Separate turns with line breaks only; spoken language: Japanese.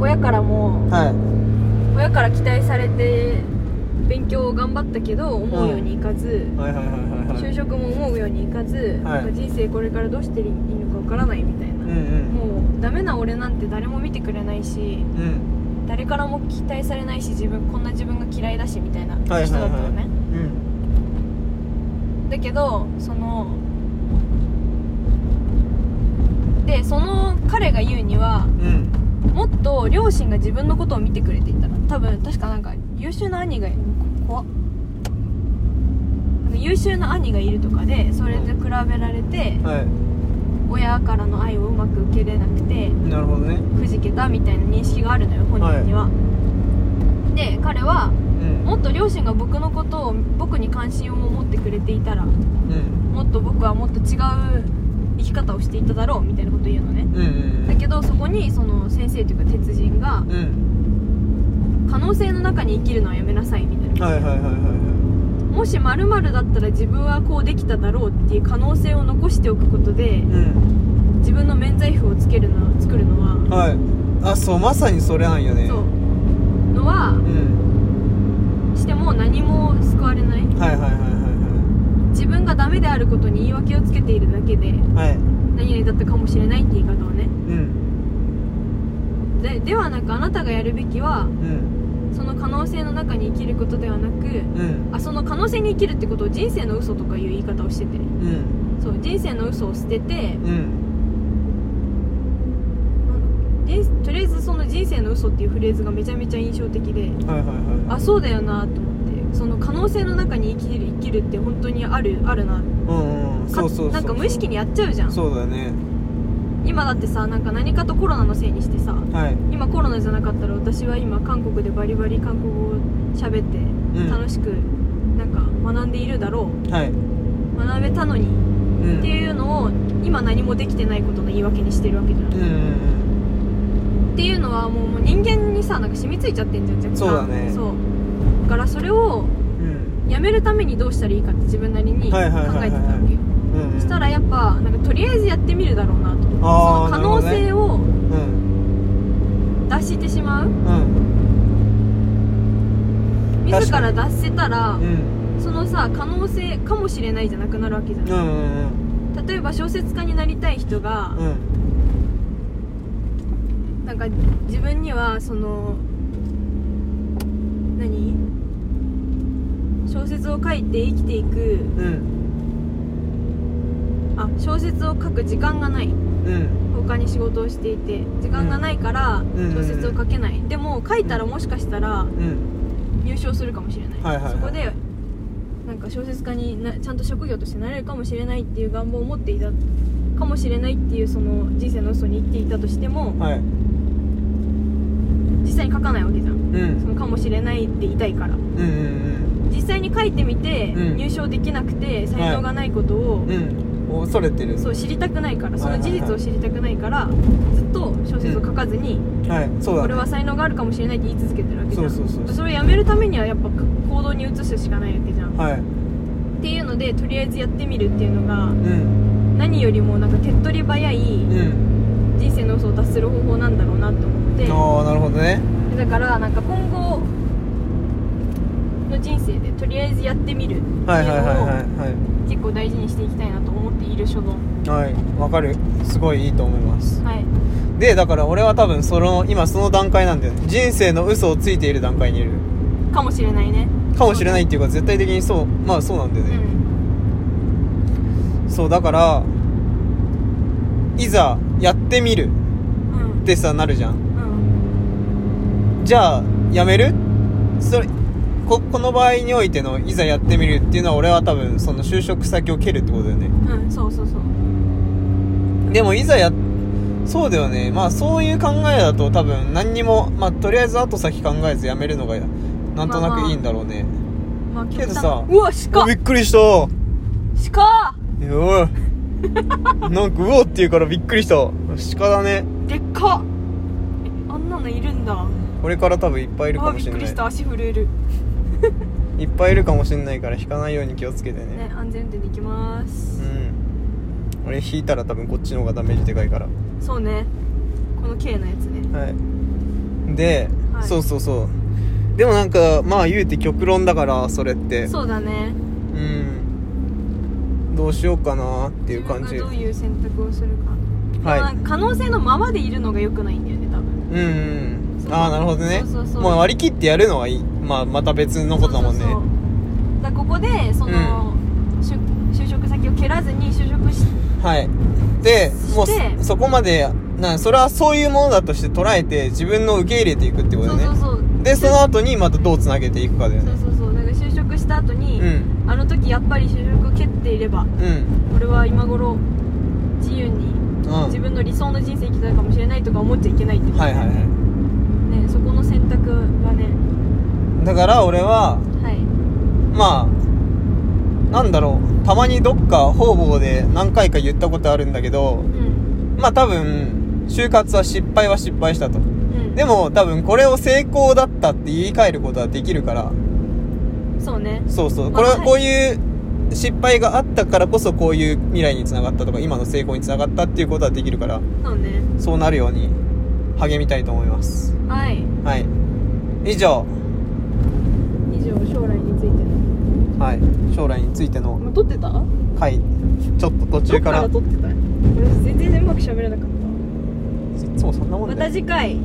親からも
は
親から期待されて勉強を頑張ったけど思うようにいかず、
いはいはいはいは
就
い
職も思うようにいかず、なんか人生これからどうしていいのかわからないみたいな、
うんうん
もうダメな俺なんて誰も見てくれないし
うん
誰からも期待されないし自分こんな自分が嫌いだしみたいな人だ
はいはいはい
ったのね、
うん
だけどそのでその彼が言うには
うん
もっと両親が自分のことを見てくれていたら多分確かなんか優秀な兄が怖っなんか優秀な兄がいるとかでそれで比べられて
はい
親からの愛をうまく受けれなくて
なるほどね
くじけたみたいな認識があるのよ本人には、で彼は
うん
もっと両親が僕のことを僕に関心を持ってくれていたら
うん
もっと僕はもっと違う生き方をしていただろうみたいなこと言うのね
うんうん
だけどそこにその先生というか鉄人が
うんうん
可能性の中に生きるのはやめなさいみたいな
はいはいはいはいは
もし〇〇だったら自分はこうできただろうっていう可能性を残しておくことで
いうん
自分の免罪符をつけるの作るのは
はいあそうまさにそれなんよね
そうのは
うん
しても何も救われない
はいはいはいは
自分がダメであることに言い訳をつけているだけで
いはいはい
何々だったかもしれないって言い方をね
うん
でではなくあなたがやるべきは
うん
その可能性の中に生きることではなく
うん
あその可能性に生きるってことを人生の嘘とかいう言い方をしてて
うん
そう人生の嘘を捨てて
うん
なんだ人とりあえずその人生の嘘っていうフレーズがめちゃめちゃ印象的で
はいはいは
あそうだよなと思ってその可能性の中に生きる生きるって本当にあるあるない
うんうん
か
そうそうそう
なんか無意識にやっちゃうじゃん
そうだね
今だってさなんか何かとコロナのせいにしてさ
はい
今コロナじゃなかったら私は今韓国でバリバリ韓国語を喋って
ん
楽しくなんか学んでいるだろ
はいう
学べたのに
うん
っていうのを今何もできてないことの言い訳にしてるわけじゃん、
うんうん
っていうのはもうもう人間にさなんか染みついちゃってんじゃん若干
そうだね
そうだからそれを
うん
やめるためにどうしたらいいかって自分なりに考
はい
え
はい
てた
はいは
わ
い
けよ
うんうん
そしたらやっぱなんかとりあえずやってみるだろうなとその
あー
可能
な
性
る
を
うん
脱してしまう
うん
自ら脱せたら
うん
そのさ可能性かもしれないじゃなくなるわけじゃ、
うんうんん
例えば小説家になりたい人が、
うんうん
なんか自分にはその何小説を書いて生きていく
うん
あ小説を書く時間がない
うん
他に仕事をしていて時間がないから
ん
小説を書けない、でも書いたらもしかしたら
うん
入賞するかもしれない,、
はいはいはい
そこでなんか小説家になちゃんと職業としてなれるかもしれないっていう願望を持っていたかもしれないっていうその人生の嘘に言っていたとしても
はい
実際に書かないわけじゃん
うんう
そ
ん
のかもしれないって言いたいから
うんうん
実際に書いてみて
うん
入賞できなくて才能がないことを、
うんうん恐れてる
そう知りたくないからその事
はいは
実
いはい
を知りたくないからずっと小説を書かずに、
はいそうだ
俺
ね
は才能があるかもしれないって言い続けてるわけじゃん
そうそうそう
それをやめるためにはやっぱ行動に移すしかないわけじゃんっ
はい
ていうのでとりあえずやってみるっていうのが
うん
何よりもなんか手っ取り早い
うん
人生の嘘を脱する方法なんだろうなと思って
ああなるほどね
だからなんか今後の人生でとりあえずやってみるっていうの
はいはいはい
を
は
結構大事にしていきたいなと思っている所存
いはいはいわかるすごいいいと思います
はい
でだから俺は多分その今その段階なんだよね人生の嘘をついている段階にいる
かもしれないね
かもしれないっていうか絶対的にそうまあそうなんだよ
う
ね、
ん
そうだからいざやってみる
うん
ってさなるじゃん
うん
じゃあやめるそれここの場合においてのいざやってみるっていうのは俺は多分その就職先を蹴るってことだよね
うんそうそうそう
でもいざやそうだよねまあそういう考えだと多分何にもまあとりあえず後先考えずやめるのがなんとなくいいんだろうね、
まあ
けどさ
極端うわ鹿
おびっくりした
鹿
いやおい なんかうおって言うからびっくりした鹿だね
でっかえあんなのいるんだ
これから多分いっぱいいる
あ
か
ー
も
び
し
っく
れな
り
い
した足震える
いっぱいいるかもしれないから引かないように気をつけてね
ね安全運転で行きま
う
す、
ん俺引いたら多分こっちの方がダメージでかいから
そうねこの K のやつね
はいで、
はい
そうそうそうでもなんかまあ言うて極論だからそれって
そうだね
うんどうしようかなっていう感
自
じ
分がどういう選択をするか
はい
まあ可能性のままでいるのが良くないんだよね多分
うんうんああなるほどね
そうそうそう
まあ割り切ってやるのはいい、まあ、また別のことだもんね
そうそうそうだからここでその、就就職先を蹴らずに就職し
はいでもうそ
して
そこまでなんそれはそういうものだとして捉えて自分の受け入れていくってこと
そ
だ
う
ね
そうそう
でその後にまたどうつなげていくかだよ
そう
ね
そうそうだから就職した後に、
うん
あの時やっぱり就職蹴っていれば
うん
俺は今頃自由に
うん
自分の理想の人生生きてたかもしれないとか思っちゃいけないってこと
はいはいは
ねそこの選択はね
いだから俺は
はい
まあなんだろうたまにどっか方々で何回か言ったことあるんだけど
うん
まあ多分就活は失敗は失敗したと
うん
でも多分これを成功だったって言い換えることはできるから
そうね
そうそう
まあ
これは
はい
こういう失敗があったからこそこういう未来につながったとか今の成功につながったっていうことはできるから
そうね
そうなるように励みたいと思います
はい
はい以上
以上将来についての
はい将来についての
まあ撮ってた
回ちょっと途中か
ど
ら
っ撮ってた私全然うまく喋れなかっ
いつもそんなも
た
ん
また
だよ
次回